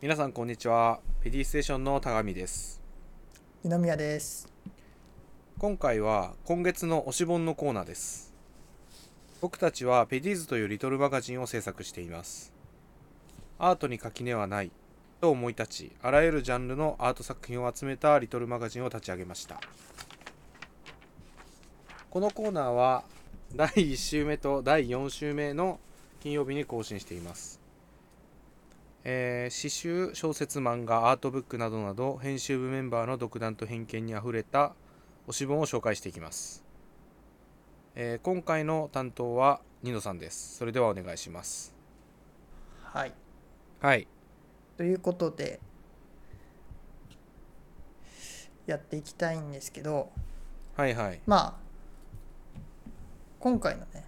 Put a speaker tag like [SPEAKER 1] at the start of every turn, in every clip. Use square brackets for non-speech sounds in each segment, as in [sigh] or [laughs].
[SPEAKER 1] 皆さんこんにちはペディステーションの高見です
[SPEAKER 2] 二宮です。
[SPEAKER 1] 今回は今月の推し本のコーナーです僕たちはペディーズというリトルマガジンを制作していますアートに垣根はないと思い立ちあらゆるジャンルのアート作品を集めたリトルマガジンを立ち上げましたこのコーナーは第1週目と第4週目の金曜日に更新していますえー詩集小説漫画アートブックなどなど編集部メンバーの独断と偏見にあふれた推し本を紹介していきます、えー今回の担当はニノさんですそれではお願いします
[SPEAKER 2] はい。
[SPEAKER 1] はい
[SPEAKER 2] ということで、やっていきたいんですけど、
[SPEAKER 1] はいはい
[SPEAKER 2] まあ、今回のね、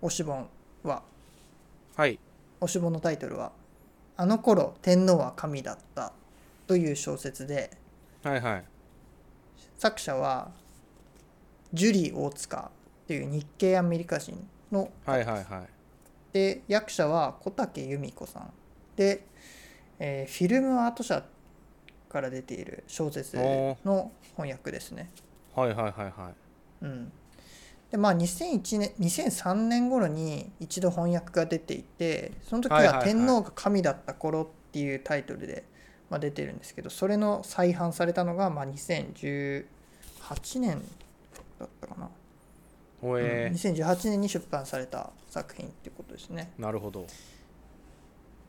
[SPEAKER 2] おしぼんは、
[SPEAKER 1] はい
[SPEAKER 2] おしぼんのタイトルは、あの頃天皇は神だったという小説で、
[SPEAKER 1] はいはい
[SPEAKER 2] 作者は、ジュリー大塚という日系アメリカ人の
[SPEAKER 1] はいはいはい
[SPEAKER 2] で役者は小竹由美子さんで、えーフィルムアート社から出ている小説の翻訳ですね。
[SPEAKER 1] はいはいはいはい
[SPEAKER 2] うん、でまあ2001年2003年頃に一度翻訳が出ていてその時
[SPEAKER 1] はいはいは
[SPEAKER 2] はい天皇が神だった頃っていうタイトルで、まあ、出てるんですけどそれの再版されたのが、まあ、2018年だったかな、
[SPEAKER 1] ほえ
[SPEAKER 2] うん2018年に出版された作品ってことですね。
[SPEAKER 1] なるほど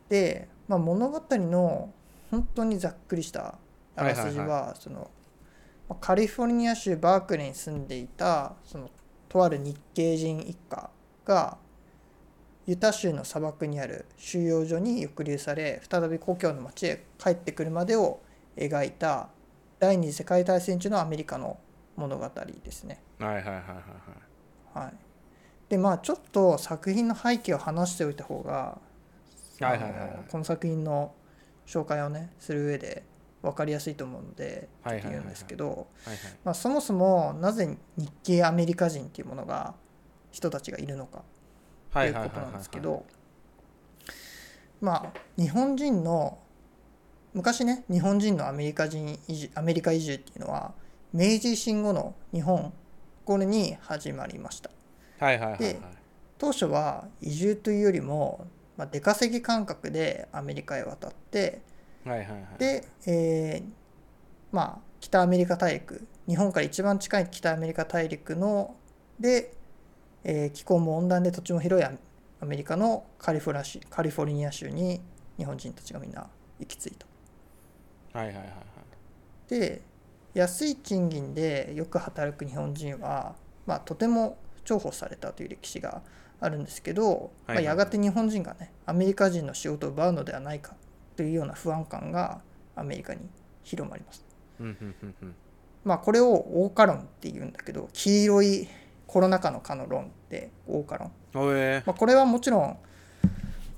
[SPEAKER 2] で、まあ、物語の本当にざっくりしたあらすじ
[SPEAKER 1] はいは
[SPEAKER 2] はそのまあカリフォルニア州バークレーに住んでいたそのとある日系人一家がユタ州の砂漠にある収容所に抑留され再び故郷の町へ帰ってくるまでを描いた第二次世界大戦中のアメリカの物語ですね。
[SPEAKER 1] はいはいはいはいはい
[SPEAKER 2] はい、でまあちょっと作品の背景を話しておいた方が
[SPEAKER 1] はいはいはいはい
[SPEAKER 2] あのこの作品の紹介をねする上で分かりやすいと思うので
[SPEAKER 1] はいはいはいはい
[SPEAKER 2] 言うんですけど、
[SPEAKER 1] はい
[SPEAKER 2] まあ、そもそもなぜ日系アメリカ人っていうものが人たちがいるのかと
[SPEAKER 1] はいいうはいはい
[SPEAKER 2] こ
[SPEAKER 1] は
[SPEAKER 2] と
[SPEAKER 1] い
[SPEAKER 2] なんですけ
[SPEAKER 1] は
[SPEAKER 2] どまあ日本人の昔ね日本人のアメリカ人移住アメリカ移住っていうのは明治維新後の日本これに始まりました。
[SPEAKER 1] いはいはいはい
[SPEAKER 2] で当初は移住というよりも、まあ、出稼ぎ感覚でアメリカへ渡って
[SPEAKER 1] はいはいはい
[SPEAKER 2] で、えーまあ北アメリカ大陸日本から一番近い北アメリカ大陸ので、えー気候も温暖で土地も広いアアメリカのカリフォラシカリフォルニア州に日本人たちがみんな行き着いた。
[SPEAKER 1] はいはいはいはい
[SPEAKER 2] で安い賃金でよく働く日本人は、まあ、とても重宝されたという歴史があるんですけど、
[SPEAKER 1] はいはいはい
[SPEAKER 2] まあ、やがて日本人がねアメリカ人の仕事を奪うのではないかというような不安感がアメリカに広まります。
[SPEAKER 1] うんうんうんうん
[SPEAKER 2] まあ、これをオーカ論っていうんだけど黄色いコロナ禍の禍の論ってオーカ論
[SPEAKER 1] ほえ
[SPEAKER 2] まあ、これはもちろん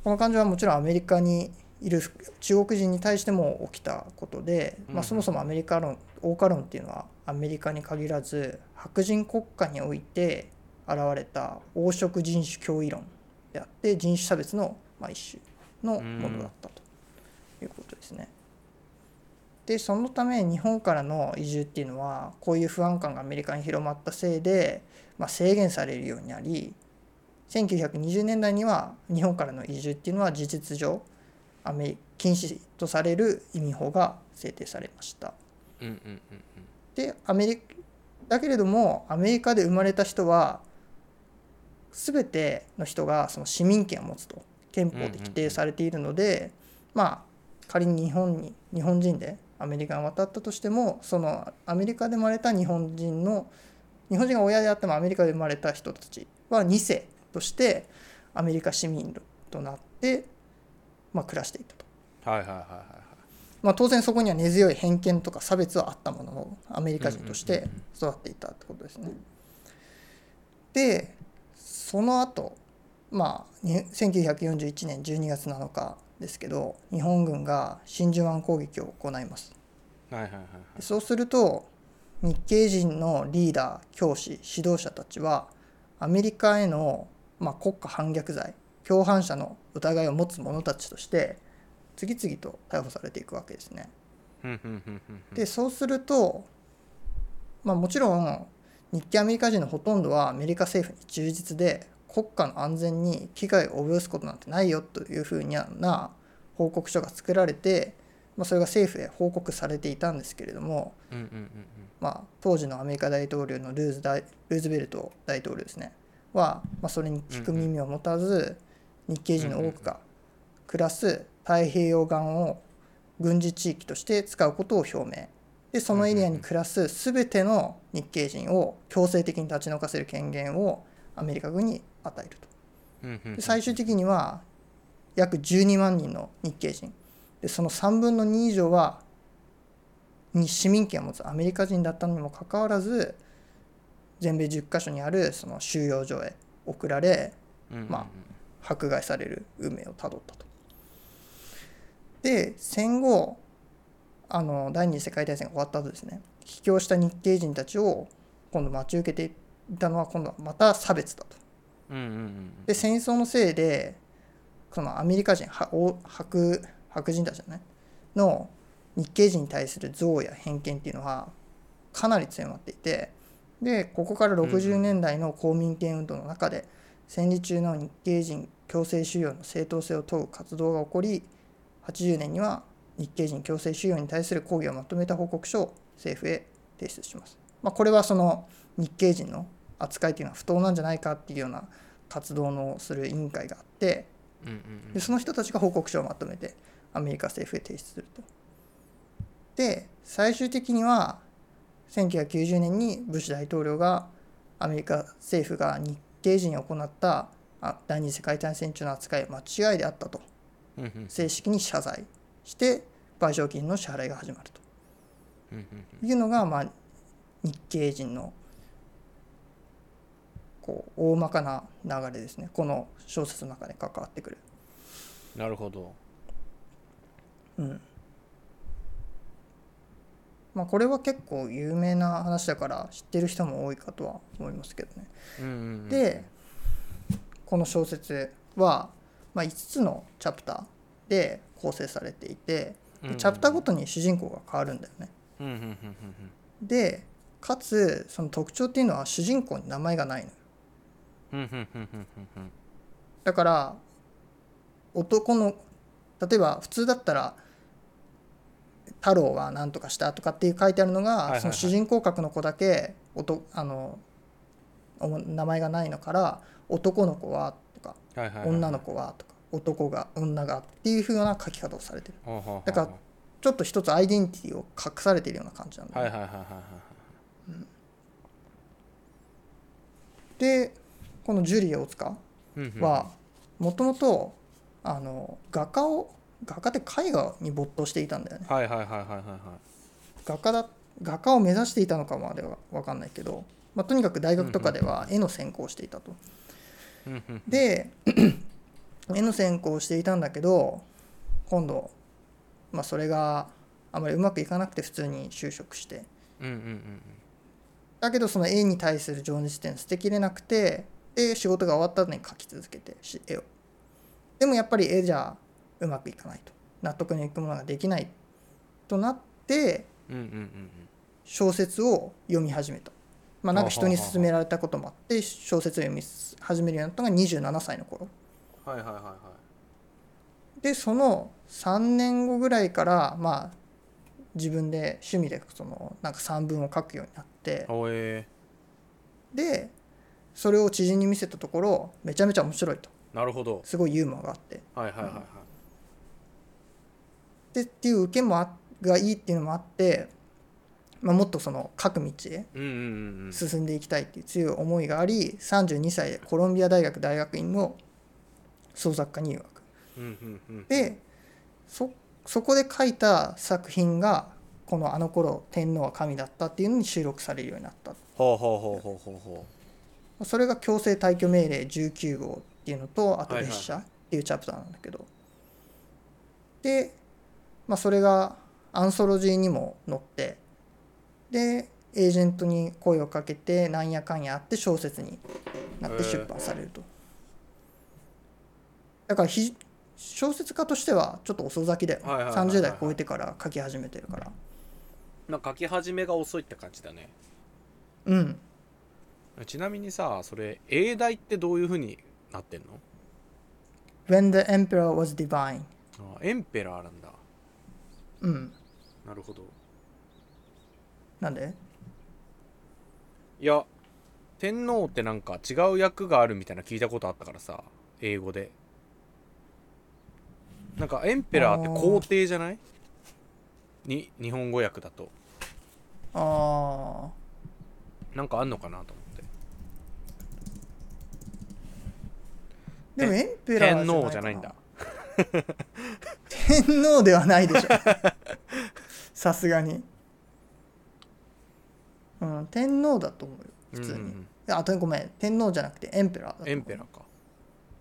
[SPEAKER 2] この感情はもちろんアメリカにいる中国人に対しても起きたことで、
[SPEAKER 1] うんう
[SPEAKER 2] ま
[SPEAKER 1] ん
[SPEAKER 2] あ、そもそもアメリカ論欧化論っていうのはアメリカに限らず白人国家において現れた黄色人種脅威論であって人種差別のまあ一種のものだったということですね。でそのため日本からの移住っていうのはこういう不安感がアメリカに広まったせいで、まあ、制限されるようになり1920年代には日本からの移住っていうのは事実上アメ禁止とされる移民法が制定されました。
[SPEAKER 1] うんうんうんうん
[SPEAKER 2] でアメリだけれどもアメリカで生まれた人は全ての人がその市民権を持つと憲法で規定されているので、まあ仮に日本に日本人でアメリカに渡ったとしてもそのアメリカで生まれた日本人の日本人が親であってもアメリカで生まれた人たちは2世としてアメリカ市民となって、まあ、暮らしていたと。
[SPEAKER 1] はいはいはいはいはい
[SPEAKER 2] まあ、当然そこには根強い偏見とか差別はあったもののアメリカ人として育っていたってことですね。でその後、まあに1941年12月7日ですけど日本軍が真珠湾攻撃を行います。
[SPEAKER 1] はいはいはいはい
[SPEAKER 2] でそうすると日系人のリーダー教師指導者たちはアメリカへの、まあ、国家反逆罪共犯者の疑いを持つ者たちとして次々と逮捕されていくわけですね。
[SPEAKER 1] ふんふんふんふんふん
[SPEAKER 2] でそうすると、まあ、もちろん日系アメリカ人のほとんどはアメリカ政府に忠実で国家の安全に危害を及ぼすことなんてないよというふうな報告書が作られて、まあ、それが政府へ報告されていたんですけれども、
[SPEAKER 1] うんうんうんうん
[SPEAKER 2] まあ、当時のアメリカ大統領のルーズ大ルーズベルト大統領ですねは、まあ、それに聞く耳を持たず、日系人の多くが暮らす太平洋岸を軍事地域として使うことを表明でそのエリアに暮らす全ての日系人を強制的に立ち退かせる権限をアメリカ軍に与えると。
[SPEAKER 1] うんうんうん
[SPEAKER 2] で最終的には約12万人の日系人でその3分の2以上はに市民権を持つアメリカ人だったのにもかかわらず全米10カ所にあるその収容所へ送られ
[SPEAKER 1] うんうんうん
[SPEAKER 2] まあ迫害される運命をたどったと。で戦後あの第二次世界大戦が終わった後ですね帰郷した日系人たちを今度待ち受けていたのは今度はまた差別だと。
[SPEAKER 1] うんうんうん
[SPEAKER 2] で戦争のせいでそのアメリカ人はお白白人たちだねの日系人に対する憎悪や偏見っていうのはかなり強まっていてでここから60年代の公民権運動の中で、戦時中の日系人強制収容の正当性を問う活動が起こり80年には日系人強制収容に対する抗議をまとめた報告書を政府へ提出します。まあ、これはその日系人の扱いというのは不当なんじゃないかっていうような活動のする委員会があって
[SPEAKER 1] うんうんう
[SPEAKER 2] でその人たちが報告書をまとめてアメリカ政府へ提出すると。で最終的には1990年にブッシュ大統領がアメリカ政府が日系人に行ったあ第二次世界大戦中の扱いは間違いであったと
[SPEAKER 1] んうんうん
[SPEAKER 2] 正式に謝罪して賠償金の支払いが始まると。
[SPEAKER 1] うんうん
[SPEAKER 2] いうのが、まあ、日系人のこう大まかな流れですねこの小説の中で関わってくる。
[SPEAKER 1] なるほど
[SPEAKER 2] うんまあ、これは結構有名な話だから知ってる人も多いかとは思いますけどね。
[SPEAKER 1] うんうんうん
[SPEAKER 2] でこの小説は、まあ、5つのチャプターで構成されていて
[SPEAKER 1] うんうん
[SPEAKER 2] でチャプターごとに主人公が変わるんだよね。
[SPEAKER 1] うんうんうんうんうん
[SPEAKER 2] でかつその特徴っていうのは主人公に名前がないのよ
[SPEAKER 1] うんうんうんうんうん
[SPEAKER 2] だから男の例えば普通だったら「太郎は何とかした」とかっていう書いてあるのが、
[SPEAKER 1] いはいはい
[SPEAKER 2] その主人公格の子だけおとあのお名前がないのから「男の子は」とか
[SPEAKER 1] はいはい
[SPEAKER 2] 「
[SPEAKER 1] はい
[SPEAKER 2] 女の子は」とか「男が女が」っていうふうな書き方をされてる
[SPEAKER 1] ほうほうほう
[SPEAKER 2] だからちょっと一つアイデンティティを隠されているような感じなんだよね
[SPEAKER 1] はいはいはいはいはい
[SPEAKER 2] でこのジュリー大塚
[SPEAKER 1] うんうん
[SPEAKER 2] はもともとあの画家を画家って絵画に没頭していたんだよね
[SPEAKER 1] はいはいはいはいはいは
[SPEAKER 2] 画家だ画家を目指していたのかまでは分かんないけど、まあ、とにかく大学とかでは絵の専攻をしていたと。
[SPEAKER 1] いうんうん
[SPEAKER 2] で絵の専攻をしていたんだけど今度、まあ、それがあまりうまくいかなくて普通に就職して
[SPEAKER 1] うんうんうん
[SPEAKER 2] だけどその絵に対する情熱点捨てきれなくてで仕事が終わった後に描き続けてし絵をでもやっぱり絵じゃうまくいかないと納得のいくものができないとなって
[SPEAKER 1] うんうんうんうん
[SPEAKER 2] 小説を読み始めた、まあ、なんか人に
[SPEAKER 1] はははは
[SPEAKER 2] 勧められたこともあって小説を読み始めるようになったのが27歳の頃
[SPEAKER 1] はいはいはいはい
[SPEAKER 2] でその3年後ぐらいからまあ自分で趣味でそのなんか散文を書くようになって
[SPEAKER 1] おえ
[SPEAKER 2] でそれを知人に見せたところめちゃめちゃ面白いと
[SPEAKER 1] ーなるほど
[SPEAKER 2] すごいユーモアがあって
[SPEAKER 1] はいはいはいはい
[SPEAKER 2] でっていう受けもあがいいっていうのもあって、まあ、もっとその書く道へ
[SPEAKER 1] うんうんうんうん
[SPEAKER 2] 進んでいきたいっていう強い思いがあり32歳でコロンビア大学大学院の創作科入学
[SPEAKER 1] うんうんうん
[SPEAKER 2] でそそこで書いた作品がこの「あの頃天皇は神だった」っていうのに収録されるようになった
[SPEAKER 1] ほうほうほうほうほうほ
[SPEAKER 2] それが強制退去命令19号っていうのとあと
[SPEAKER 1] はいはい
[SPEAKER 2] 列車っていうチャプターなんだけど、で、まあ、それがアンソロジーにも載ってでエージェントに声をかけてなんやかんやあって小説になって出版されると、だからひ小説家としてはちょっと遅咲きだよ、
[SPEAKER 1] はいはいはいはいはい
[SPEAKER 2] 30代超えてから書き始めてるから
[SPEAKER 1] なんか書き始めが遅いって感じだね
[SPEAKER 2] うん
[SPEAKER 1] ちなみにさそれ英題ってどういうふうになってんの
[SPEAKER 2] When the Emperor was divine
[SPEAKER 1] あエンペラーなんだ
[SPEAKER 2] うん
[SPEAKER 1] なるほど
[SPEAKER 2] なんで
[SPEAKER 1] いや天皇ってなんか違う役があるみたいな聞いたことあったからさ英語でなんかエンペラーって皇帝じゃないに日本語訳だと
[SPEAKER 2] ああ
[SPEAKER 1] なんかあんのかなと思って
[SPEAKER 2] でもエンペラー
[SPEAKER 1] 天皇じゃないんだ
[SPEAKER 2] 天皇ではな
[SPEAKER 1] [laughs]
[SPEAKER 2] いでしょさすがに、うん、天皇だと思うよ普通に、
[SPEAKER 1] うんうんうん
[SPEAKER 2] いやあとごめん天皇じゃなくてエンペラーだと思う
[SPEAKER 1] エンペラーか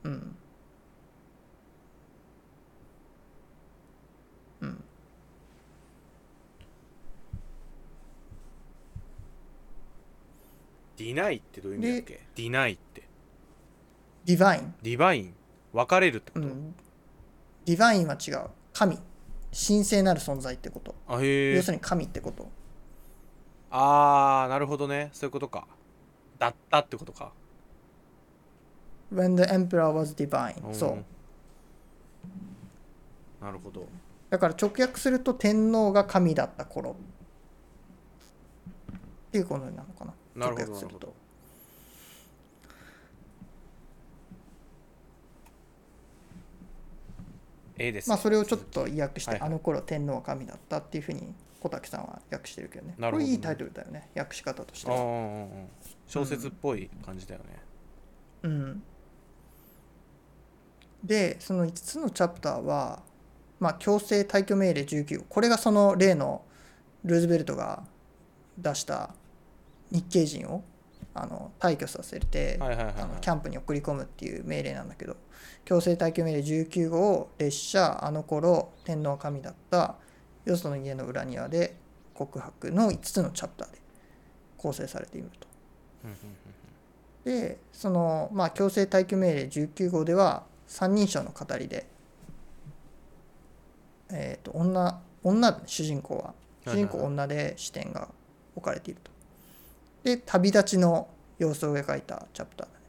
[SPEAKER 2] うんうん
[SPEAKER 1] ディナイってどういう意味だっけディナイって
[SPEAKER 2] ディバイン、
[SPEAKER 1] ディバイン分かれるってこ
[SPEAKER 2] う
[SPEAKER 1] と、
[SPEAKER 2] ん、ディバインは違う神神聖なる存在ってこと
[SPEAKER 1] あへ
[SPEAKER 2] 要
[SPEAKER 1] え
[SPEAKER 2] するに神ってこと
[SPEAKER 1] あーなるほどねそういうことかだったってことか
[SPEAKER 2] When the emperor was divine そうん
[SPEAKER 1] なるほど
[SPEAKER 2] だから直訳すると天皇が神だった頃っていうことになるのかな
[SPEAKER 1] なるほど
[SPEAKER 2] 直訳すると
[SPEAKER 1] ええですね
[SPEAKER 2] まあそれをちょっと訳して、
[SPEAKER 1] はいはい
[SPEAKER 2] あの頃天皇は神だったっていうふうに小竹さんは訳してるけどね
[SPEAKER 1] なるほどね
[SPEAKER 2] これいいタイトルだよね訳し方として
[SPEAKER 1] ああ
[SPEAKER 2] は
[SPEAKER 1] 小説っぽい感じだよね、
[SPEAKER 2] うんでその5つのチャプターは、まあ、強制退去命令19号これがその例のルーズベルトが出した日系人をあの退去させて、
[SPEAKER 1] はいはいはいはい
[SPEAKER 2] あのキャンプに送り込むっていう命令なんだけど強制退去命令19号を列車あの頃天皇は神だったよその家の裏庭で告白の5つのチャプターで構成されていると。
[SPEAKER 1] うんうん
[SPEAKER 2] でその、まあ、強制退去命令19号では三人称の語りで、えー、と女女だね主人公は主人公
[SPEAKER 1] はいは
[SPEAKER 2] 女で視点が置かれていると。で旅立ちの様子を描いたチャプターだね。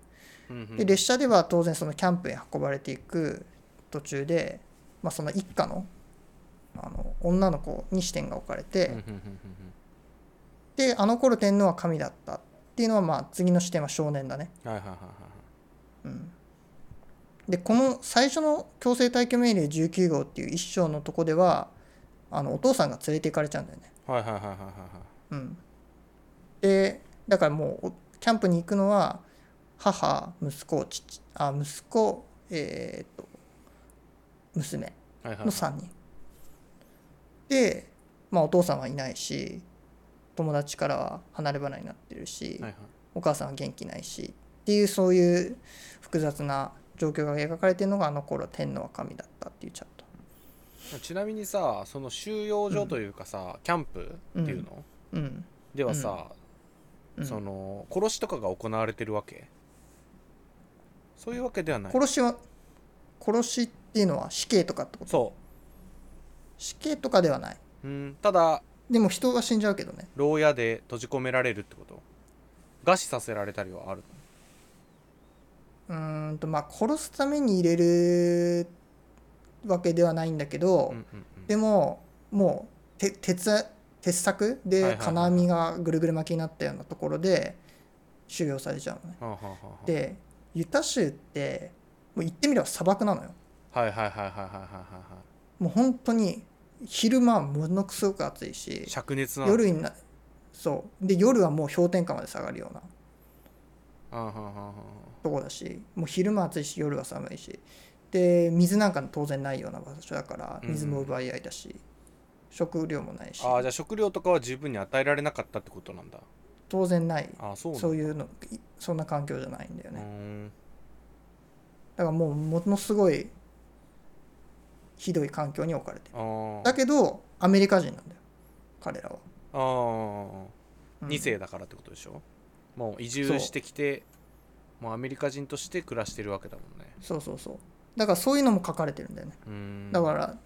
[SPEAKER 1] うんうんうん
[SPEAKER 2] で列車では当然そのキャンプへ運ばれていく途中で、まあ、その一家のあの女の子に視点が置かれて、
[SPEAKER 1] うんうんうんうん
[SPEAKER 2] であの頃天皇は神だったっていうのは、まあ、次の視点は少年だね。
[SPEAKER 1] うんはいはいはいはい
[SPEAKER 2] うんでこの最初の強制退去命令19号っていう一章のとこではあのお父さんが連れて行かれちゃうんだよね。
[SPEAKER 1] はいはいはいはいはい
[SPEAKER 2] うん、でだからもうおキャンプに行くのは母息子父あ息子えーっと娘
[SPEAKER 1] はいはいはい
[SPEAKER 2] の3人。で、まあ、お父さんはいないし友達からは離れ離れになってるし。
[SPEAKER 1] はいはい
[SPEAKER 2] お母さんは元気ないしっていうそういう複雑な状況が描かれてるのがあの頃天皇は神だったっていうチャット
[SPEAKER 1] ちなみにさその収容所というかさ、キャンプっていうの、
[SPEAKER 2] うん、
[SPEAKER 1] ではさ、
[SPEAKER 2] うん、
[SPEAKER 1] その殺しとかが行われてるわけそういうわけではない
[SPEAKER 2] 殺しは殺しっていうのは死刑とかってこと
[SPEAKER 1] そ、
[SPEAKER 2] 死刑とかではないう
[SPEAKER 1] うん、ただ
[SPEAKER 2] でも人が死んじゃうけどね
[SPEAKER 1] 牢屋で閉じ込められるってこと餓死させられたりはある
[SPEAKER 2] うーんとまあ殺すために入れるわけではないんだけど、
[SPEAKER 1] うんうんうん
[SPEAKER 2] でももうて鉄鉄柵
[SPEAKER 1] はい
[SPEAKER 2] で
[SPEAKER 1] はいはい
[SPEAKER 2] 金網がぐるぐる巻きになったようなところで収容されちゃうのね
[SPEAKER 1] はあはあはあはあ
[SPEAKER 2] でユタ州ってもう言ってみれば砂漠なのよ
[SPEAKER 1] はいはいはいはいはいはいはいは
[SPEAKER 2] もう本当に昼間はものすごく暑い
[SPEAKER 1] い
[SPEAKER 2] し
[SPEAKER 1] 灼熱なの
[SPEAKER 2] 夜になそうで夜はもう氷点下まで下がるような
[SPEAKER 1] あはあはあは
[SPEAKER 2] とこだしもう昼間暑いし夜は寒いしで水なんか当然ないような場所だから
[SPEAKER 1] うんうん
[SPEAKER 2] 水も奪い合いだし、食料もないし
[SPEAKER 1] ああーじゃあ食料とかは十分に与えられなかったってことなんだ
[SPEAKER 2] 当然ない
[SPEAKER 1] ああそうなんだ
[SPEAKER 2] そういうのいそんな環境じゃないんだよ
[SPEAKER 1] うー
[SPEAKER 2] ね
[SPEAKER 1] ん
[SPEAKER 2] だからもうものすごいひどい環境に置かれてる
[SPEAKER 1] あー
[SPEAKER 2] だけどアメリカ人なんだよ彼らは、
[SPEAKER 1] あー
[SPEAKER 2] うん
[SPEAKER 1] 2世だからってことでしょ、もう移住してきてもうアメリカ人として暮らしてるわけだもんね
[SPEAKER 2] そうそうそうだからそういうのも書かれてるんだよね
[SPEAKER 1] うーん
[SPEAKER 2] だから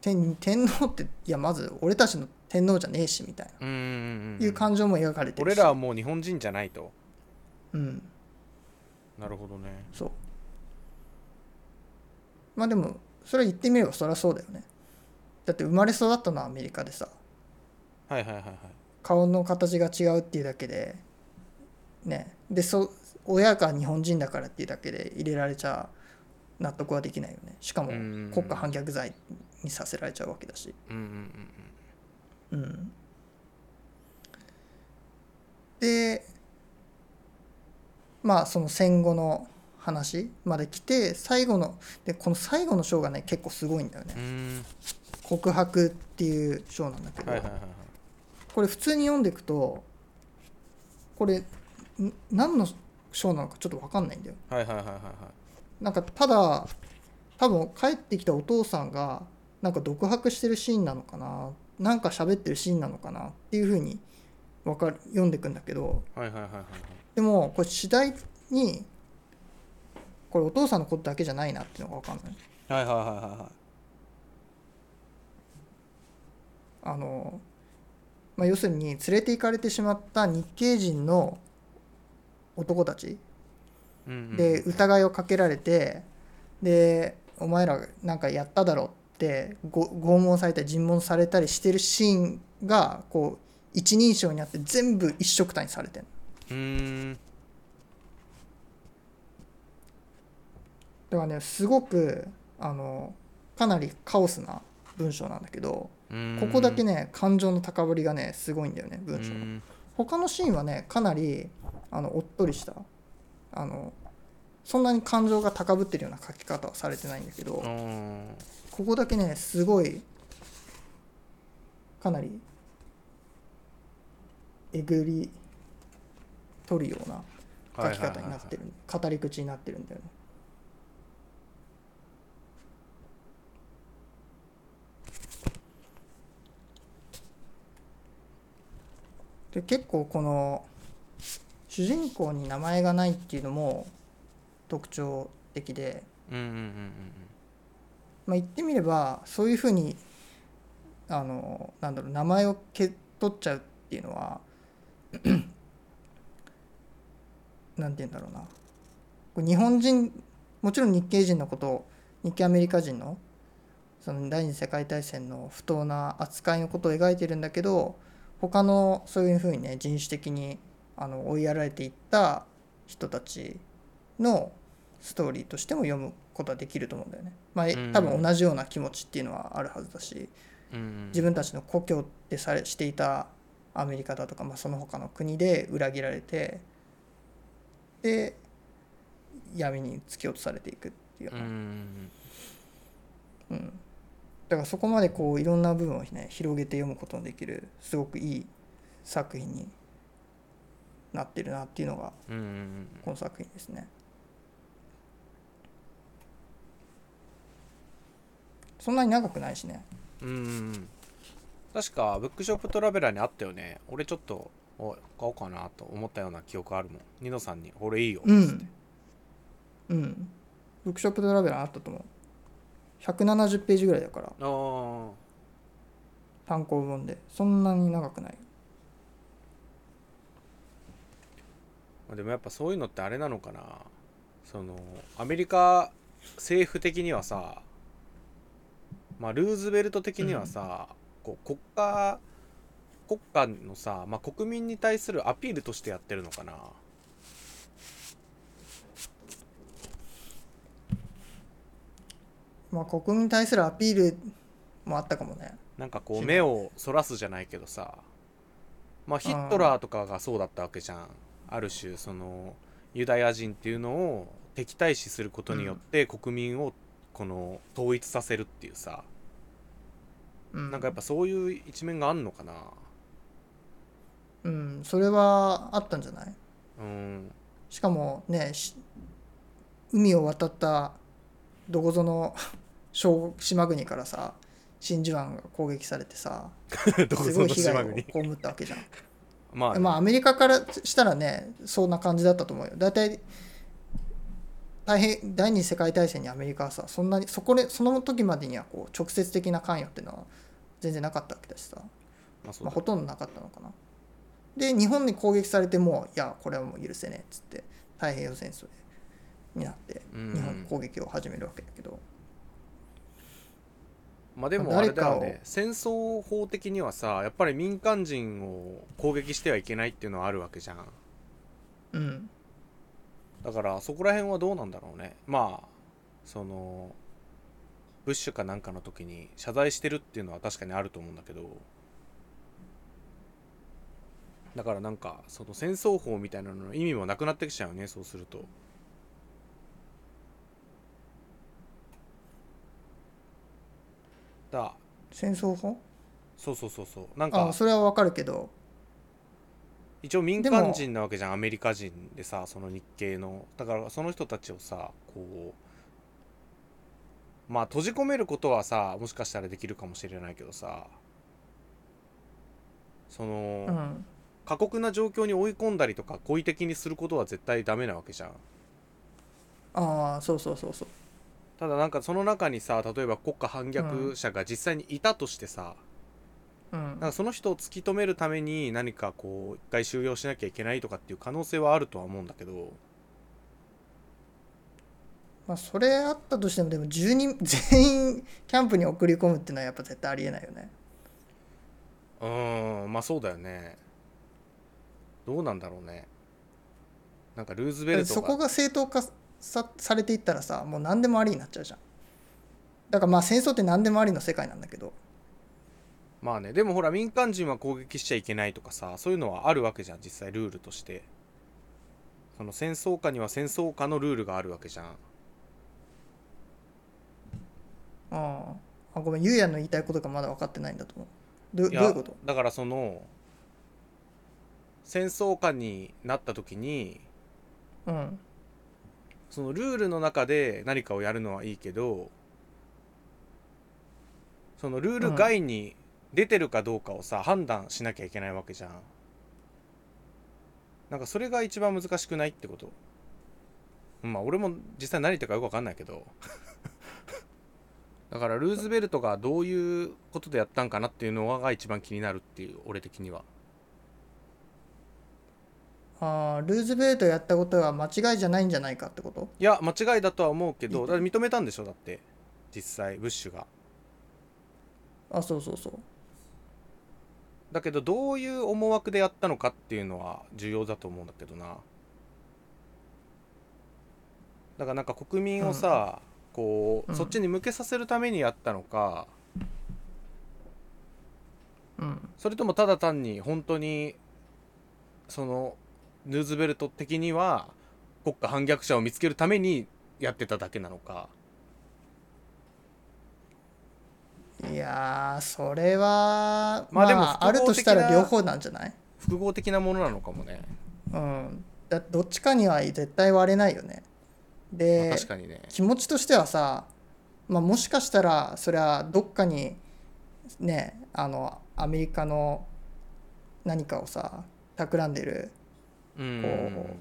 [SPEAKER 2] 天天皇っていやまず俺たちの天皇じゃねえしみたいな、
[SPEAKER 1] うーん
[SPEAKER 2] いう感情も描かれてる
[SPEAKER 1] 俺
[SPEAKER 2] し
[SPEAKER 1] らはもう日本人じゃないと
[SPEAKER 2] うん
[SPEAKER 1] なるほどね
[SPEAKER 2] そうまあでもそれは言ってみればそりゃそうだよねだって生まれ育ったのはアメリカでさ
[SPEAKER 1] はいはいはいはい
[SPEAKER 2] 顔の形が違うっていうだけでねでそ親が日本人だからっていうだけで入れられちゃ納得はできないよねしかも
[SPEAKER 1] うん
[SPEAKER 2] 国家反逆罪にさせられちゃうわけだし
[SPEAKER 1] うんうん
[SPEAKER 2] うんでまあその戦後の話まで来て最後のでこの最後の章がね結構すごいんだよね
[SPEAKER 1] うんうんう
[SPEAKER 2] 「告白」っていう章なんだけ
[SPEAKER 1] ーん
[SPEAKER 2] ど、
[SPEAKER 1] はいはいはいはい
[SPEAKER 2] これ普通に読んでいくとこれん何の章なのかちょっと分かんないんだよ
[SPEAKER 1] はいはいはいはいは
[SPEAKER 2] なんかただ多分帰ってきたお父さんがなんか独白してるシーンなのかななんか喋ってるシーンなのかなっていうふうにわかる読んでいくんだけど
[SPEAKER 1] いはいはいはいはい
[SPEAKER 2] でもこれ次第にこれお父さんのことだけじゃないなっていうのが分かんない
[SPEAKER 1] はいはいはいはいは
[SPEAKER 2] あの、まあ、要するに連れて行かれてしまった日系人の男たち
[SPEAKER 1] いうんうん
[SPEAKER 2] で疑いをかけられてでお前らなんかやっただろってご拷問されたり尋問されたりしてるシーンがこう一人称になって全部一緒くたにされてる
[SPEAKER 1] うーん
[SPEAKER 2] だからねすごくあのかなりカオスな文章なんだけど
[SPEAKER 1] うーん
[SPEAKER 2] ここだけね感情の高ぶりがねすごいんだよね
[SPEAKER 1] う
[SPEAKER 2] 文章の
[SPEAKER 1] ーん
[SPEAKER 2] 他のシーンはねかなりあのおっとりしたあのそんなに感情が高ぶってるような書き方はされてないんだけど、
[SPEAKER 1] うーん
[SPEAKER 2] ここだけねすごいかなりえぐり取るような書き方になってる語り口になってるんだよねで結構この主人公に名前がないっていうのも特徴的で
[SPEAKER 1] うんうんうんうん
[SPEAKER 2] まあ、言ってみればそういうふうにあのなんだろう名前をけ取っちゃうっていうのは [clears throat] なんて言うんだろうなこれ日本人もちろん日系人のこと日系アメリカ人のその第二次世界大戦の不当な扱いのことを描いてるんだけど他のそういうふうにね人種的にあの追いやられていった人たちのストーリーとしても読むことはできると思うんだよね。まあ、
[SPEAKER 1] ん
[SPEAKER 2] 多分同じような気持ちっていうのはあるはずだし
[SPEAKER 1] うんうん
[SPEAKER 2] 自分たちの故郷ってされしていたアメリカだとか、まあ、その他の国で裏切られてで闇に突き落とされていくっていうよう
[SPEAKER 1] う
[SPEAKER 2] な、
[SPEAKER 1] ん
[SPEAKER 2] うん、だからそこまでこういろんな部分をね広げて読むことのできるすごくいい作品になってるなっていうのが
[SPEAKER 1] うんうんうん
[SPEAKER 2] この作品ですね。そんなに長くないしね。
[SPEAKER 1] うんうんうん確かブックショップトラベラーにあったよね俺ちょっとお買おうかなと思ったような記憶あるもんニノさんに「俺いいよ」
[SPEAKER 2] うん。うん。ブックショップトラベラーあったと思う。170ページぐらいだから、
[SPEAKER 1] ああ
[SPEAKER 2] 単行本で。そんなに長くない。
[SPEAKER 1] まあでもやっぱそういうのってあれなのかなそのアメリカ政府的にはさ、まあ、ルーズベルト的にはさ、こう国家国家のさ、まあ、国民に対するアピールとしてやってるのかな
[SPEAKER 2] まあ、国民に対するアピールもあったかもね。
[SPEAKER 1] なんかこ
[SPEAKER 2] 違
[SPEAKER 1] う
[SPEAKER 2] う
[SPEAKER 1] 目をそらすじゃないけどさまあヒットラーとかがそうだったわけじゃんある種そのユダヤ人っていうのを敵対視することによって国民をこの統一させるっていうさ、
[SPEAKER 2] うん。
[SPEAKER 1] なんかやっぱそういう一面があんのかな
[SPEAKER 2] うん、それはあったんじゃない
[SPEAKER 1] うん [laughs]
[SPEAKER 2] しかもね、し海を渡ったどこぞの小島国からさ、真珠湾が攻撃されてさ、
[SPEAKER 1] どこ
[SPEAKER 2] す
[SPEAKER 1] ぞ
[SPEAKER 2] ごい
[SPEAKER 1] の
[SPEAKER 2] 被
[SPEAKER 1] 島
[SPEAKER 2] 害を
[SPEAKER 1] 国
[SPEAKER 2] 被ったわけじゃん。
[SPEAKER 1] まあね、
[SPEAKER 2] まあアメリカからしたらねそんな感じだったと思うよ大体大変第二次世界大戦にアメリカはさそんなにそこでその時までにはこう直接的な関与っていうのは全然なかったわけだしさ、
[SPEAKER 1] まあそう
[SPEAKER 2] まあ、
[SPEAKER 1] だ
[SPEAKER 2] ほとんどなかったのかな。で日本に攻撃されてもいやこれはもう許せねえっつって太平洋戦争になって
[SPEAKER 1] うん
[SPEAKER 2] 日本攻撃を始めるわけだけど、
[SPEAKER 1] まあでもあれ
[SPEAKER 2] 誰
[SPEAKER 1] だ
[SPEAKER 2] かを
[SPEAKER 1] よね戦争法的にはさやっぱり民間人を攻撃してはいけないっていうのはあるわけじゃん
[SPEAKER 2] うん
[SPEAKER 1] だからそこら辺はどうなんだろうねまあそのブッシュかなんかの時に謝罪してるっていうのは確かにあると思うんだけどだからなんかその戦争法みたいなのの意味もなくなってきちゃうよねそうするとだ
[SPEAKER 2] 戦争法
[SPEAKER 1] そうそうそうそうなん
[SPEAKER 2] あ
[SPEAKER 1] か
[SPEAKER 2] あそれはわかるけど
[SPEAKER 1] 一応民
[SPEAKER 2] でも
[SPEAKER 1] 間人なわけじゃんアメリカ人でさその日系のだからその人たちをさこうまあ閉じ込めることはさもしかしたらできるかもしれないけどさその、
[SPEAKER 2] うん
[SPEAKER 1] 過酷な状況に追い込んだりとか故意的にすることは絶対ダメなわけじゃん
[SPEAKER 2] ああそうそうそうそう
[SPEAKER 1] ただなんかその中にさ例えば国家反逆者が実際にいたとしてさ、
[SPEAKER 2] うん
[SPEAKER 1] なんかその人を突き止めるために何かこう一回収容しなきゃいけないとかっていう可能性はあるとは思うんだけど
[SPEAKER 2] まあ、それあったとしてもでも10人 [laughs] 全員キャンプに送り込むっていうのはやっぱ絶対ありえないよね
[SPEAKER 1] うーんまあそうだよねどうなんだろうねなんかルーズベルト
[SPEAKER 2] そこが正当化さされていったらさもう何でもありになっちゃうじゃんだからまあ戦争って何でもありの世界なんだけど
[SPEAKER 1] まあねでもほら民間人は攻撃しちゃいけないとかさそういうのはあるわけじゃん実際ルールとしてその戦争下には戦争下のルールがあるわけじゃん
[SPEAKER 2] ああごめんゆうやの言いたいことがまだ分かってないんだと思うど
[SPEAKER 1] い
[SPEAKER 2] ど
[SPEAKER 1] や
[SPEAKER 2] ういうこと
[SPEAKER 1] だからその戦争下になった時に
[SPEAKER 2] うん
[SPEAKER 1] そのルールの中で何かをやるのはいいけどそのルール外に出てるかどうかをさ、判断しなきゃいけないわけじゃんなんかそれが一番難しくないってことまあ俺も実際何言ってるかよく分かんないけど [laughs] だからルーズベルトがどういうことでやったんかなっていうのが一番気になるっていう俺的には
[SPEAKER 2] ああルーズベルトやったことは間違いじゃないんじゃないかってこと
[SPEAKER 1] いや間違いだとは思うけ
[SPEAKER 2] い
[SPEAKER 1] ど
[SPEAKER 2] い
[SPEAKER 1] だって認めたんでしょだって実際ブッシュが
[SPEAKER 2] あそうそうそう
[SPEAKER 1] だけどどういう思惑でやったのかっていうのは重要だと思うんだけどなだからなんか国民をさ、こう、
[SPEAKER 2] うん
[SPEAKER 1] そっちに向けさせるためにやったのか
[SPEAKER 2] うん
[SPEAKER 1] それともただ単に本当にそのヌーズベルト的には国家反逆者を見つけるためにやってただけなのか
[SPEAKER 2] いやーそれは
[SPEAKER 1] まあ
[SPEAKER 2] まあ、
[SPEAKER 1] で
[SPEAKER 2] で
[SPEAKER 1] も
[SPEAKER 2] もあるとした
[SPEAKER 1] 複合
[SPEAKER 2] ら
[SPEAKER 1] 的な
[SPEAKER 2] 両方なんじゃない
[SPEAKER 1] 複合的なものなのかもね、
[SPEAKER 2] うん、だどっちかには絶対割れないよね。
[SPEAKER 1] まあ
[SPEAKER 2] で
[SPEAKER 1] 確かにね
[SPEAKER 2] 気持ちとしてはさ、まあ、もしかしたらそれはどっかにねあのアメリカの何かをさ企んでる
[SPEAKER 1] うん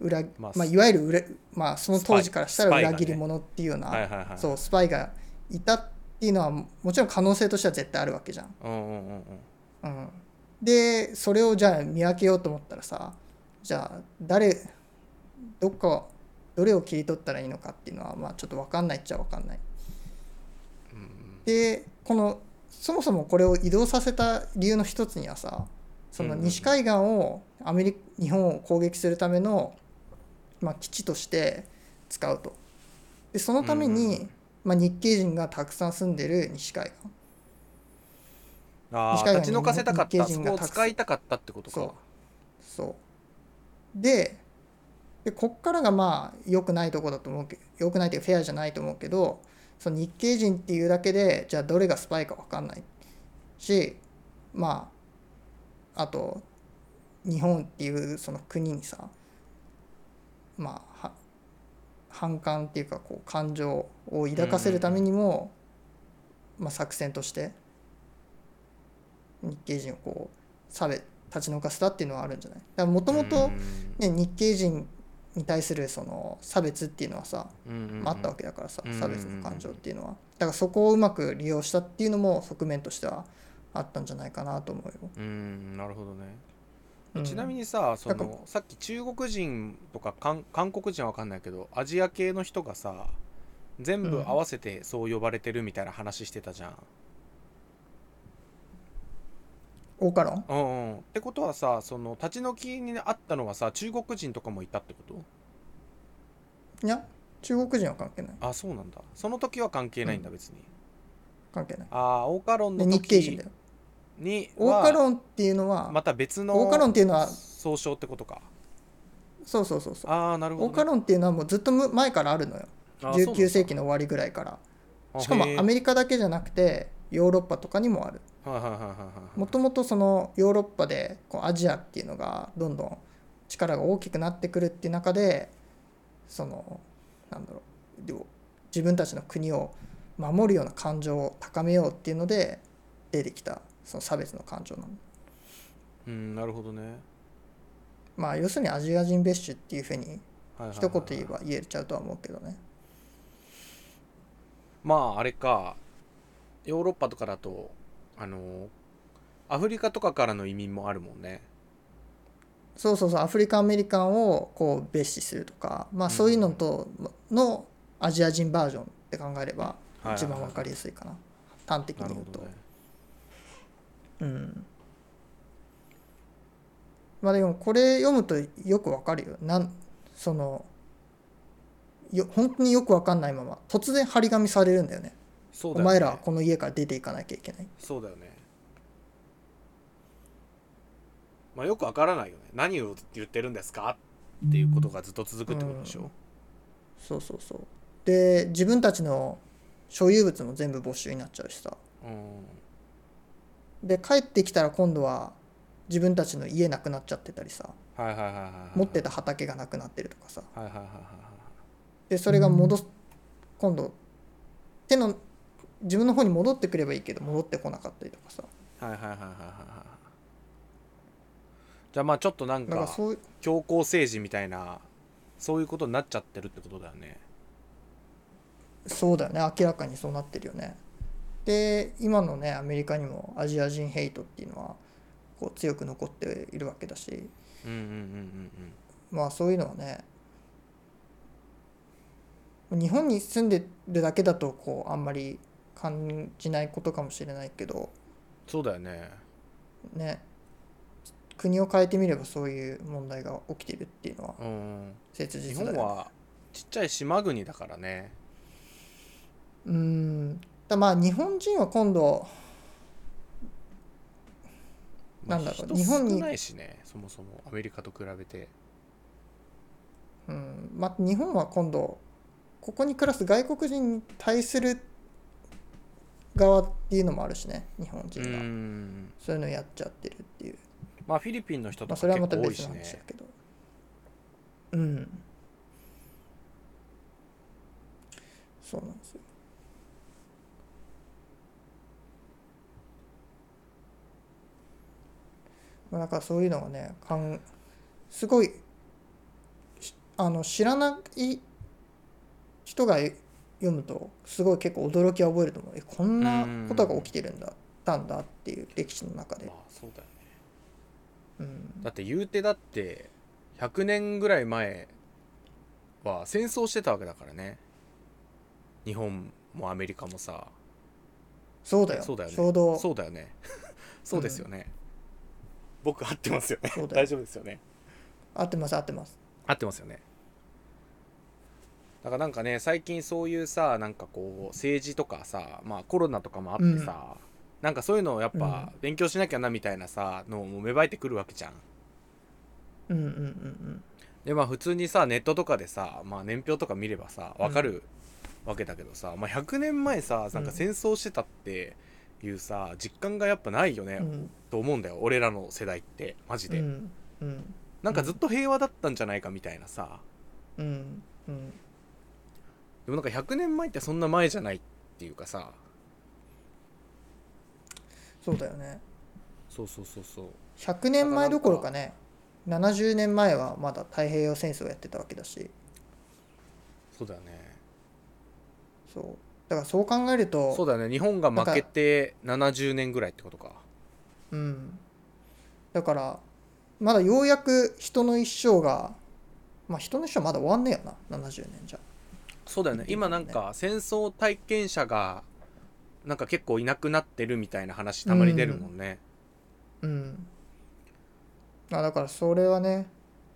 [SPEAKER 2] 裏、
[SPEAKER 1] ま
[SPEAKER 2] ま
[SPEAKER 1] あ
[SPEAKER 2] あいわゆる裏、まあ、その当時からした
[SPEAKER 1] ス
[SPEAKER 2] ら
[SPEAKER 1] パイ
[SPEAKER 2] 裏切り者っていうような、
[SPEAKER 1] はいはいはい
[SPEAKER 2] そうスパイがいたっていうのはもちろん可能性としては絶対あるわけじゃん。
[SPEAKER 1] うんうんうんうん
[SPEAKER 2] うん、でそれをじゃあ見分けようと思ったらさじゃあ誰どっかどれを切り取ったらいいのかっていうのはまあちょっと分かんないっちゃ分かんない。でこのそもそもこれを移動させた理由の一つにはさそ
[SPEAKER 1] うん
[SPEAKER 2] の
[SPEAKER 1] うんうん
[SPEAKER 2] 西海岸をアメリカ日本を攻撃するための、まあ、基地として使うと。でそのため
[SPEAKER 1] うんうんう
[SPEAKER 2] に、まあ、日系人がたくさん住んでる西海岸
[SPEAKER 1] あ
[SPEAKER 2] 西
[SPEAKER 1] あ
[SPEAKER 2] 海岸
[SPEAKER 1] 立
[SPEAKER 2] に
[SPEAKER 1] ち退かせたかっ
[SPEAKER 2] 日
[SPEAKER 1] た
[SPEAKER 2] 系
[SPEAKER 1] そ
[SPEAKER 2] 人
[SPEAKER 1] こ
[SPEAKER 2] が
[SPEAKER 1] を
[SPEAKER 2] たくさん
[SPEAKER 1] 使いたかったってことか
[SPEAKER 2] そうそうででこっからがまあ良くないとこだと思うけど良くないというかフェアじゃないと思うけどその日系人っていうだけでじゃあどれがスパイか分かんないしまああと日本っていうその国にさまあは反感っていうかこう感情を抱かせるためにも、まあ、作戦として日系人をこう差別立ち退かせたっていうのはあるんじゃないだからもともと
[SPEAKER 1] うん
[SPEAKER 2] ね日系人に対するその差別っていうのはさ、
[SPEAKER 1] うんうんうん
[SPEAKER 2] まああったわけだからさ
[SPEAKER 1] うんうんうん
[SPEAKER 2] 差別の感情っていうのはだからそこをうまく利用したっていうのも側面としてはあったんじゃないかなと思うよ。
[SPEAKER 1] うんなるほどね、
[SPEAKER 2] うん
[SPEAKER 1] ちなみにさそ
[SPEAKER 2] だか
[SPEAKER 1] のさっき中国人とか韓韓国人は分かんないけどアジア系の人がさ全部合わせてそう呼ばれてるみたいな話してたじゃん、
[SPEAKER 2] オーカロン
[SPEAKER 1] うんうん、ってことはさその立ち退きにあったのはさ中国人とかもいたってこと
[SPEAKER 2] いや中国人は関係ない
[SPEAKER 1] あそうなんだその時は関係ないんだ別に、
[SPEAKER 2] 関係ない
[SPEAKER 1] ああオーカロン
[SPEAKER 2] で
[SPEAKER 1] の
[SPEAKER 2] 日系人
[SPEAKER 1] 時
[SPEAKER 2] だよ
[SPEAKER 1] に
[SPEAKER 2] オーカ
[SPEAKER 1] は
[SPEAKER 2] ロンっていうのは、
[SPEAKER 1] また別の
[SPEAKER 2] オーカロンっていうのは
[SPEAKER 1] 総称ってことか
[SPEAKER 2] そうそうそうそう
[SPEAKER 1] ああなるほど
[SPEAKER 2] オ
[SPEAKER 1] ね、
[SPEAKER 2] ーカロンっていうのはもうずっとむ前からあるのよ
[SPEAKER 1] あーそうなんだ
[SPEAKER 2] 19世紀の終わりぐらいからしかも
[SPEAKER 1] あへー
[SPEAKER 2] アメリカだけじゃなくてヨーロッパとかにもある
[SPEAKER 1] はいはいはいはいはい
[SPEAKER 2] もともとそのヨーロッパでこうアジアっていうのがどんどん力が大きくなってくるっていう中でそのなんだろうで自分たちの国を守るような感情を高めようっていうので出てきたその差別の感情なの。
[SPEAKER 1] うんなるほどね
[SPEAKER 2] まあ要するにアジア人別種っていうふうに
[SPEAKER 1] はいはいはい
[SPEAKER 2] 一言言えば言えちゃうとは思うけどね。
[SPEAKER 1] まああれかヨーロッパとかだとあのアフリカとかからの移民もあるもんね
[SPEAKER 2] そうそうそうアフリカンアメリカンをこう蔑視するとか、まあ、そういうのとのアジア人バージョンって考えれば
[SPEAKER 1] はいはいはい
[SPEAKER 2] 一番わかりやすいかな、端的
[SPEAKER 1] な
[SPEAKER 2] に
[SPEAKER 1] る
[SPEAKER 2] 言
[SPEAKER 1] ほ
[SPEAKER 2] うと、
[SPEAKER 1] どね
[SPEAKER 2] うんまあでもこれ読むとよくわかるよなんそのよ本当によくわかんないまま突然張り紙されるんだよね
[SPEAKER 1] そうだ
[SPEAKER 2] お
[SPEAKER 1] よね
[SPEAKER 2] 前らはこの家から出ていかなきゃいけない
[SPEAKER 1] そうだよねまあよくわからないよね何を言ってるんですかっていうことがずっと続くってことでしょ、
[SPEAKER 2] そうそうそうで自分たちの所有物も全部没収になっちゃうしさ
[SPEAKER 1] うん
[SPEAKER 2] で帰ってきたら今度は自分たちの家なくなっちゃってたりさ
[SPEAKER 1] はいはいはいはいはい
[SPEAKER 2] 持ってた畑がなくなってるとかさ
[SPEAKER 1] はいはいはいはい
[SPEAKER 2] でそれが戻す今度手の自分の方に戻ってくればいいけど戻ってこなかったりとかさ
[SPEAKER 1] はいはいはいはいはいはいはいじゃあまあちょっとなん
[SPEAKER 2] だから
[SPEAKER 1] か
[SPEAKER 2] そういう
[SPEAKER 1] 強硬政治みたいなそういうことになっちゃってるってことだよね
[SPEAKER 2] そうだよね明らかにそうなってるよねで今のねアメリカにもアジア人ヘイトっていうのはこう強く残っているわけだし
[SPEAKER 1] うんうんうん
[SPEAKER 2] まあそういうのはね日本に住んでるだけだとこうあんまり感じないことかもしれないけど
[SPEAKER 1] そうだよね
[SPEAKER 2] ね国を変えてみればそういう問題が起きてるっていうのは
[SPEAKER 1] うん
[SPEAKER 2] 切
[SPEAKER 1] 日
[SPEAKER 2] 実だ
[SPEAKER 1] 本
[SPEAKER 2] よね
[SPEAKER 1] はちっちゃい島国だからね
[SPEAKER 2] うーんだまあ日本人は今度
[SPEAKER 1] まあ
[SPEAKER 2] なんだろう
[SPEAKER 1] 人
[SPEAKER 2] 日本に
[SPEAKER 1] 少ないしねそもそもアメリカと比べて
[SPEAKER 2] うんまあ日本は今度ここに暮らす外国人に対する側っていうのもあるしね日本
[SPEAKER 1] う
[SPEAKER 2] 人が、
[SPEAKER 1] ん
[SPEAKER 2] そういうのやっちゃってるっていう
[SPEAKER 1] まあフィリピンの人と
[SPEAKER 2] まあ
[SPEAKER 1] か
[SPEAKER 2] それは
[SPEAKER 1] 結
[SPEAKER 2] また
[SPEAKER 1] 構多いし
[SPEAKER 2] 別の
[SPEAKER 1] ね
[SPEAKER 2] 話だけどうんそうなんですよまあだからそういうのがねかんすごいしあの知らない人が読むとすごい結構驚きを覚えると思うえこんなことが起きてるんだたんだっていう歴史の中で
[SPEAKER 1] まあそうだよね
[SPEAKER 2] うん
[SPEAKER 1] だって言うてだって100年ぐらい前は戦争してたわけだからね日本もアメリカもさ
[SPEAKER 2] そうだよ。
[SPEAKER 1] そうだよね
[SPEAKER 2] ちょうど
[SPEAKER 1] そうだよね [laughs] そうですよね、僕合ってますよね
[SPEAKER 2] そうだよ
[SPEAKER 1] 大丈夫ですよね
[SPEAKER 2] 合ってます合ってます。
[SPEAKER 1] 合ってますよねだからなんかね最近そういうさなんかこう政治とかさまあコロナとかもあってさ、なんかそういうのをやっぱ勉強しなきゃなみたいなさ、のも芽生えてくるわけじゃん
[SPEAKER 2] うんうんうんうん。
[SPEAKER 1] でまあ普通にさネットとかでさ、まあ、年表とか見ればさわかるわけだけどさ、まあ、100年前さなんか戦争してたっていうさ、実感がやっぱないよね、
[SPEAKER 2] うん
[SPEAKER 1] と思うんだよ俺らの世代ってマジ
[SPEAKER 2] う
[SPEAKER 1] で、
[SPEAKER 2] んうん
[SPEAKER 1] なんかずっと平和だったんじゃないかみたいなさ
[SPEAKER 2] うんうん
[SPEAKER 1] でもなんか100年前ってそんな前じゃないっていうかさ
[SPEAKER 2] そうだよね。
[SPEAKER 1] そうそうそうそう
[SPEAKER 2] 100年前どころかね、 70年前はまだ太平洋戦争をやってたわけだし
[SPEAKER 1] そうだよね
[SPEAKER 2] そうだからそう考えると
[SPEAKER 1] そうだよね日本が負けて70年ぐらいってことか
[SPEAKER 2] うん、だからまだようやく人の一生がまあ人の一生まだ終わんねえよな70年じゃ
[SPEAKER 1] そうだよね今なんか戦争体験者がなんか結構いなくなってるみたいな話たまに出るもんね、
[SPEAKER 2] うんあだからそれはね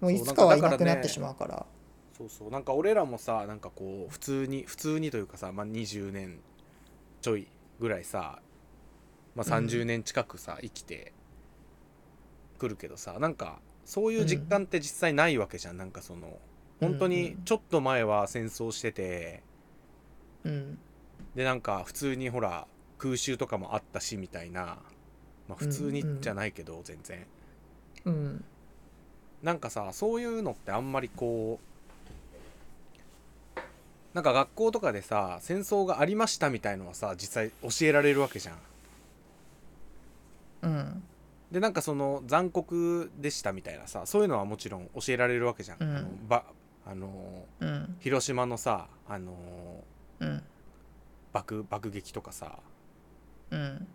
[SPEAKER 2] も
[SPEAKER 1] そ
[SPEAKER 2] う
[SPEAKER 1] う
[SPEAKER 2] いつかは
[SPEAKER 1] なん
[SPEAKER 2] い
[SPEAKER 1] か
[SPEAKER 2] な
[SPEAKER 1] だ
[SPEAKER 2] く
[SPEAKER 1] からね
[SPEAKER 2] なってしまうから
[SPEAKER 1] そうそうなんか俺らもさなんかこう普通に普通にというかさ、まあ、20年ちょいぐらいさ、まあ、
[SPEAKER 2] うん
[SPEAKER 1] 30年近くさ、生きてくるけどさなんかそういう実感って実際ないわけじゃん、なんかその本当
[SPEAKER 2] うん
[SPEAKER 1] に
[SPEAKER 2] うん
[SPEAKER 1] ちょっと前は戦争してて
[SPEAKER 2] うん
[SPEAKER 1] でなんか普通にほら空襲とかもあったしみたいな、まあ、普通にじゃないけど、全然
[SPEAKER 2] うん
[SPEAKER 1] なんかさそういうのってあんまりこうなんか学校とかでさ戦争がありましたみたいのはさ実際教えられるわけじゃん。
[SPEAKER 2] うん
[SPEAKER 1] でなんかその残酷でしたみたいなさそういうのはもちろん教えられるわけじゃん。
[SPEAKER 2] うん
[SPEAKER 1] あのばあの
[SPEAKER 2] うん
[SPEAKER 1] 広島のさあの
[SPEAKER 2] うん
[SPEAKER 1] 爆爆撃とかさ
[SPEAKER 2] うん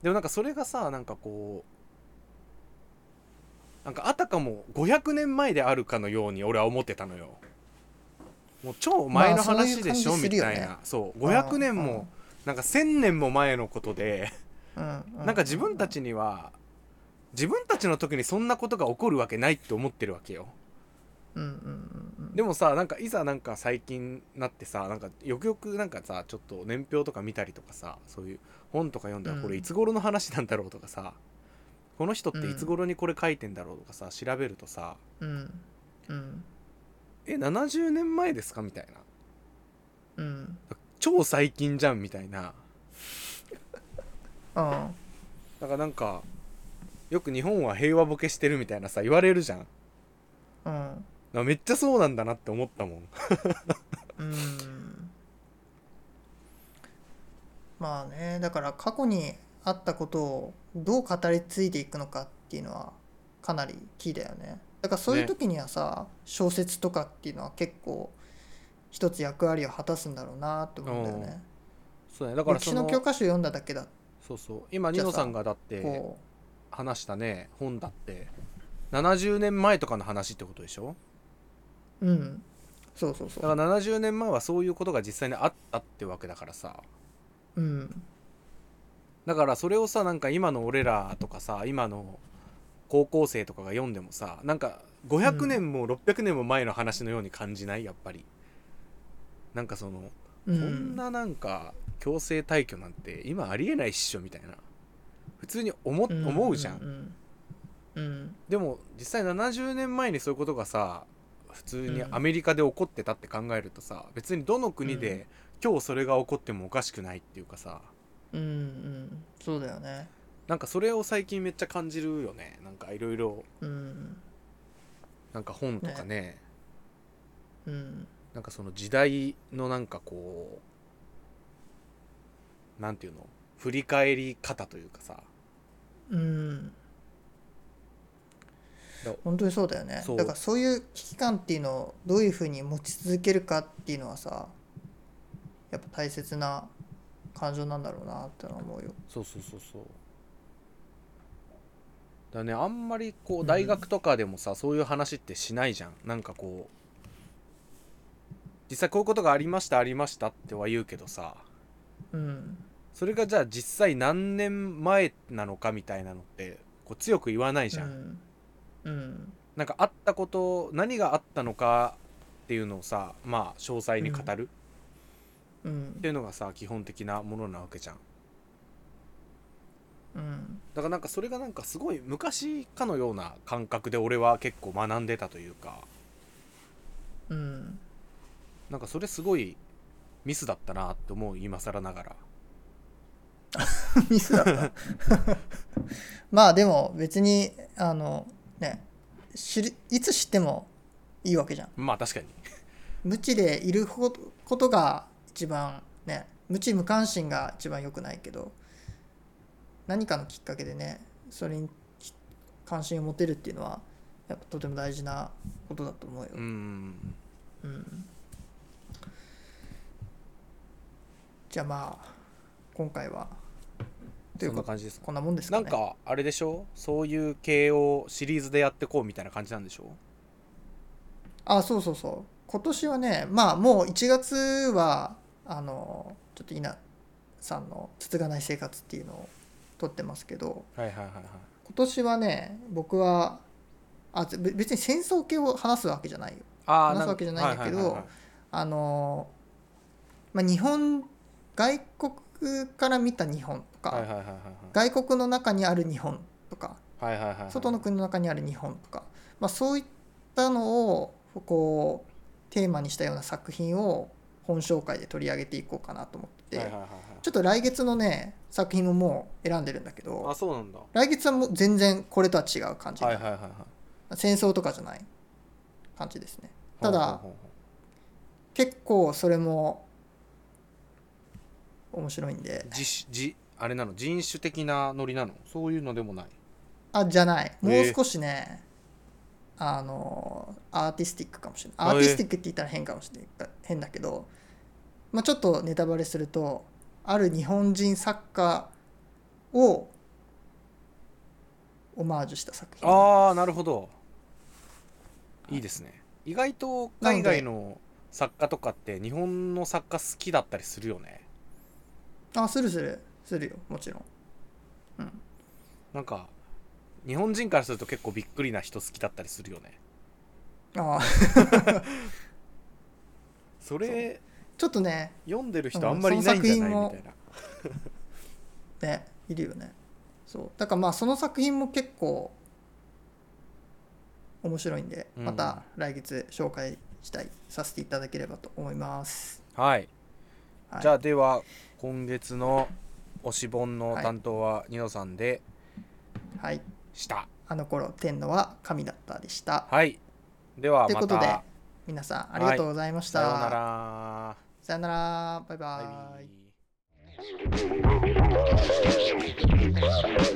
[SPEAKER 1] でもなんかそれがさなんかこうなんかあたかも500年前であるかのように俺は思ってたのよもう超前の
[SPEAKER 2] まあそういう
[SPEAKER 1] 話でしょ、
[SPEAKER 2] 感じする
[SPEAKER 1] み
[SPEAKER 2] よ
[SPEAKER 1] た
[SPEAKER 2] ね
[SPEAKER 1] いなそう500年もなんか1000年も前のことで
[SPEAKER 2] うんう
[SPEAKER 1] なんか自分たちには自分たちの時にそんなことが起こるわけないって思ってるわけよ
[SPEAKER 2] うんうんうんうん
[SPEAKER 1] でもさなんかいざなんか最近なってさなんかよくよくなんかさちょっと年表とか見たりとかさそういう本とか読んだら
[SPEAKER 2] うん
[SPEAKER 1] これいつ頃の話なんだろうとかさ、この人っていつ頃にこれ書いてんだろうとかさ調べるとさ
[SPEAKER 2] うんうん
[SPEAKER 1] え70年前ですかみたいな
[SPEAKER 2] うん
[SPEAKER 1] 超最近じゃんみたいな
[SPEAKER 2] あ
[SPEAKER 1] だからなんかよく日本は平和ボケしてるみたいなさ言われるじゃんだか
[SPEAKER 2] あうん
[SPEAKER 1] らめっちゃそうなんだなって思ったもん
[SPEAKER 2] うんまあねだから過去にあったことをどう語り継いでいくのかっていうのはかなりキーだよねだからそういう
[SPEAKER 1] ね
[SPEAKER 2] 時にはさ、小説とかっていうのは結構一つ役割を果たすんだろうなと思うんだよね
[SPEAKER 1] そうだねだから
[SPEAKER 2] 歴
[SPEAKER 1] そ
[SPEAKER 2] 史の
[SPEAKER 1] の
[SPEAKER 2] 教科書読んだだけだ
[SPEAKER 1] そうそう今ニノさんがだって
[SPEAKER 2] こ
[SPEAKER 1] 話したね本だって70年前とかの話ってことでしょ
[SPEAKER 2] ううんそうそうそ
[SPEAKER 1] だ
[SPEAKER 2] う
[SPEAKER 1] から70年前はそういうことが実際にあったってわけだからさ
[SPEAKER 2] うん
[SPEAKER 1] だからそれをさなんか今の俺らとかさ今の高校生とかが読んでもさなんか500年も600年も前の話のように感じないやっぱりなんかその、
[SPEAKER 2] う
[SPEAKER 1] こん
[SPEAKER 2] ん
[SPEAKER 1] ななんか強制退去なんて今ありえないっしょみたいな普通に思,、思うじゃん
[SPEAKER 2] うんうん
[SPEAKER 1] でも実際70年前にそういうことがさ普通にアメリカで起こってたって考えるとさ、別にどの国で今日それが起こってもおかしくないっていうかさ
[SPEAKER 2] うんうんうんそうだよね
[SPEAKER 1] なんかそれを最近めっちゃ感じるよねなんかいろいろ
[SPEAKER 2] うん
[SPEAKER 1] なんか本とかね
[SPEAKER 2] うん
[SPEAKER 1] なんかその時代のなんかこうなんていうの振り返り方というかさ
[SPEAKER 2] うん
[SPEAKER 1] だ
[SPEAKER 2] 本当にそうだよね
[SPEAKER 1] そう
[SPEAKER 2] だからそういう危機感っていうのをどういうふうに持ち続けるかっていうのはさやっぱ大切な感情なんだろうなってのは思うよ
[SPEAKER 1] そうそうそうそうだねあんまりこう大学とかでもさ、そういう話ってしないじゃんなんかこう実際こういうことがありましたありましたっては言うけどさ
[SPEAKER 2] うん
[SPEAKER 1] それがじゃあ実際何年前なのかみたいなのってこう強く言わないじゃん、
[SPEAKER 2] うんうん
[SPEAKER 1] なんかあったこと何があったのかっていうのをさまあ詳細に語る
[SPEAKER 2] うん
[SPEAKER 1] っていうのがさ基本的なものなわけじゃん
[SPEAKER 2] うん
[SPEAKER 1] だからなんかそれがなんかすごい昔かのような感覚で俺は結構学んでたというか
[SPEAKER 2] うん
[SPEAKER 1] なんかそれすごいミスだったなって思う今更ながら
[SPEAKER 2] ミスだった [laughs] まあでも別にあのね知りいつ知ってもいいわけじゃん
[SPEAKER 1] まあ確かに
[SPEAKER 2] 無知でいるほどことが一番ね無知無関心が一番良くないけど何かのきっかけでねそれにき関心を持てるっていうのはやっぱとても大事なことだと思うよ。
[SPEAKER 1] うん
[SPEAKER 2] うんじゃあまあ今回はとい
[SPEAKER 1] そ
[SPEAKER 2] う
[SPEAKER 1] な
[SPEAKER 2] んこと
[SPEAKER 1] 感じですか
[SPEAKER 2] こんなもんですか
[SPEAKER 1] な
[SPEAKER 2] ね
[SPEAKER 1] んかあれでしょそういう系をシリーズでやってこうみたいな感じなんでしょ
[SPEAKER 2] あそうそうそう今年はねまあもう1月はあのちょっと稲さんの「つつがない生活」っていうのを撮ってますけど
[SPEAKER 1] はいはいはいはい
[SPEAKER 2] 今年はね僕はあぜ別に戦争系を話すわけじゃないよ
[SPEAKER 1] あ
[SPEAKER 2] 話すわけじゃないんだけどあの、まあ、日本外国から見た日本とか、
[SPEAKER 1] はいはいはいはい
[SPEAKER 2] 外国の中にある日本とか
[SPEAKER 1] はいはいはいはいはい
[SPEAKER 2] 外の国の中にある日本とか、まあ、そういったのをこうテーマにしたような作品を本紹介で取り上げていこうかなと思って
[SPEAKER 1] は
[SPEAKER 2] て、
[SPEAKER 1] いはいはいはい
[SPEAKER 2] ちょっと来月のね作品ももう選んでるんだけ
[SPEAKER 1] あ
[SPEAKER 2] ど
[SPEAKER 1] そうなんだは
[SPEAKER 2] 来月はもう全然これとは違う感じ、
[SPEAKER 1] いはいはいはい
[SPEAKER 2] 戦争とかじゃない感じですねただ、
[SPEAKER 1] ほうほうほうほ
[SPEAKER 2] 結構それも面白いんで
[SPEAKER 1] う自自あれなの人種的なノリなのそういうのでもない
[SPEAKER 2] あじゃないも
[SPEAKER 1] え
[SPEAKER 2] う
[SPEAKER 1] ー
[SPEAKER 2] 少しね、あのアーティスティックかもしれな
[SPEAKER 1] あ
[SPEAKER 2] いアーティスティックって言ったら変かもしれない変だけど、まあ、ちょっとネタバレするとある日本人作家をオマージュした作品
[SPEAKER 1] ああなるほどいいですね意外と海外の作家とかって日本の作家好きだったりするよね
[SPEAKER 2] あするするするよもちろんうん
[SPEAKER 1] なんか日本人からすると結構びっくりな人好きだったりするよね
[SPEAKER 2] ああ
[SPEAKER 1] それ
[SPEAKER 2] [laughs] ちょっとね
[SPEAKER 1] 読んでる
[SPEAKER 2] うん
[SPEAKER 1] 人あんまりいないんじゃない
[SPEAKER 2] その
[SPEAKER 1] み
[SPEAKER 2] 作
[SPEAKER 1] たいな
[SPEAKER 2] ねいるよねそうだからまあその作品も結構面白いんで
[SPEAKER 1] うん
[SPEAKER 2] また来月紹介したい、させていただければと思います、
[SPEAKER 1] はい、
[SPEAKER 2] はい、
[SPEAKER 1] じゃあでは今月の推し本の担当はニノさんで
[SPEAKER 2] はい
[SPEAKER 1] した
[SPEAKER 2] あの頃天のは神だったでした
[SPEAKER 1] はいでは
[SPEAKER 2] という
[SPEAKER 1] ま
[SPEAKER 2] ことで
[SPEAKER 1] た
[SPEAKER 2] 皆さんありがとうございました、
[SPEAKER 1] さようなら
[SPEAKER 2] さようならバイバイ
[SPEAKER 1] バイビー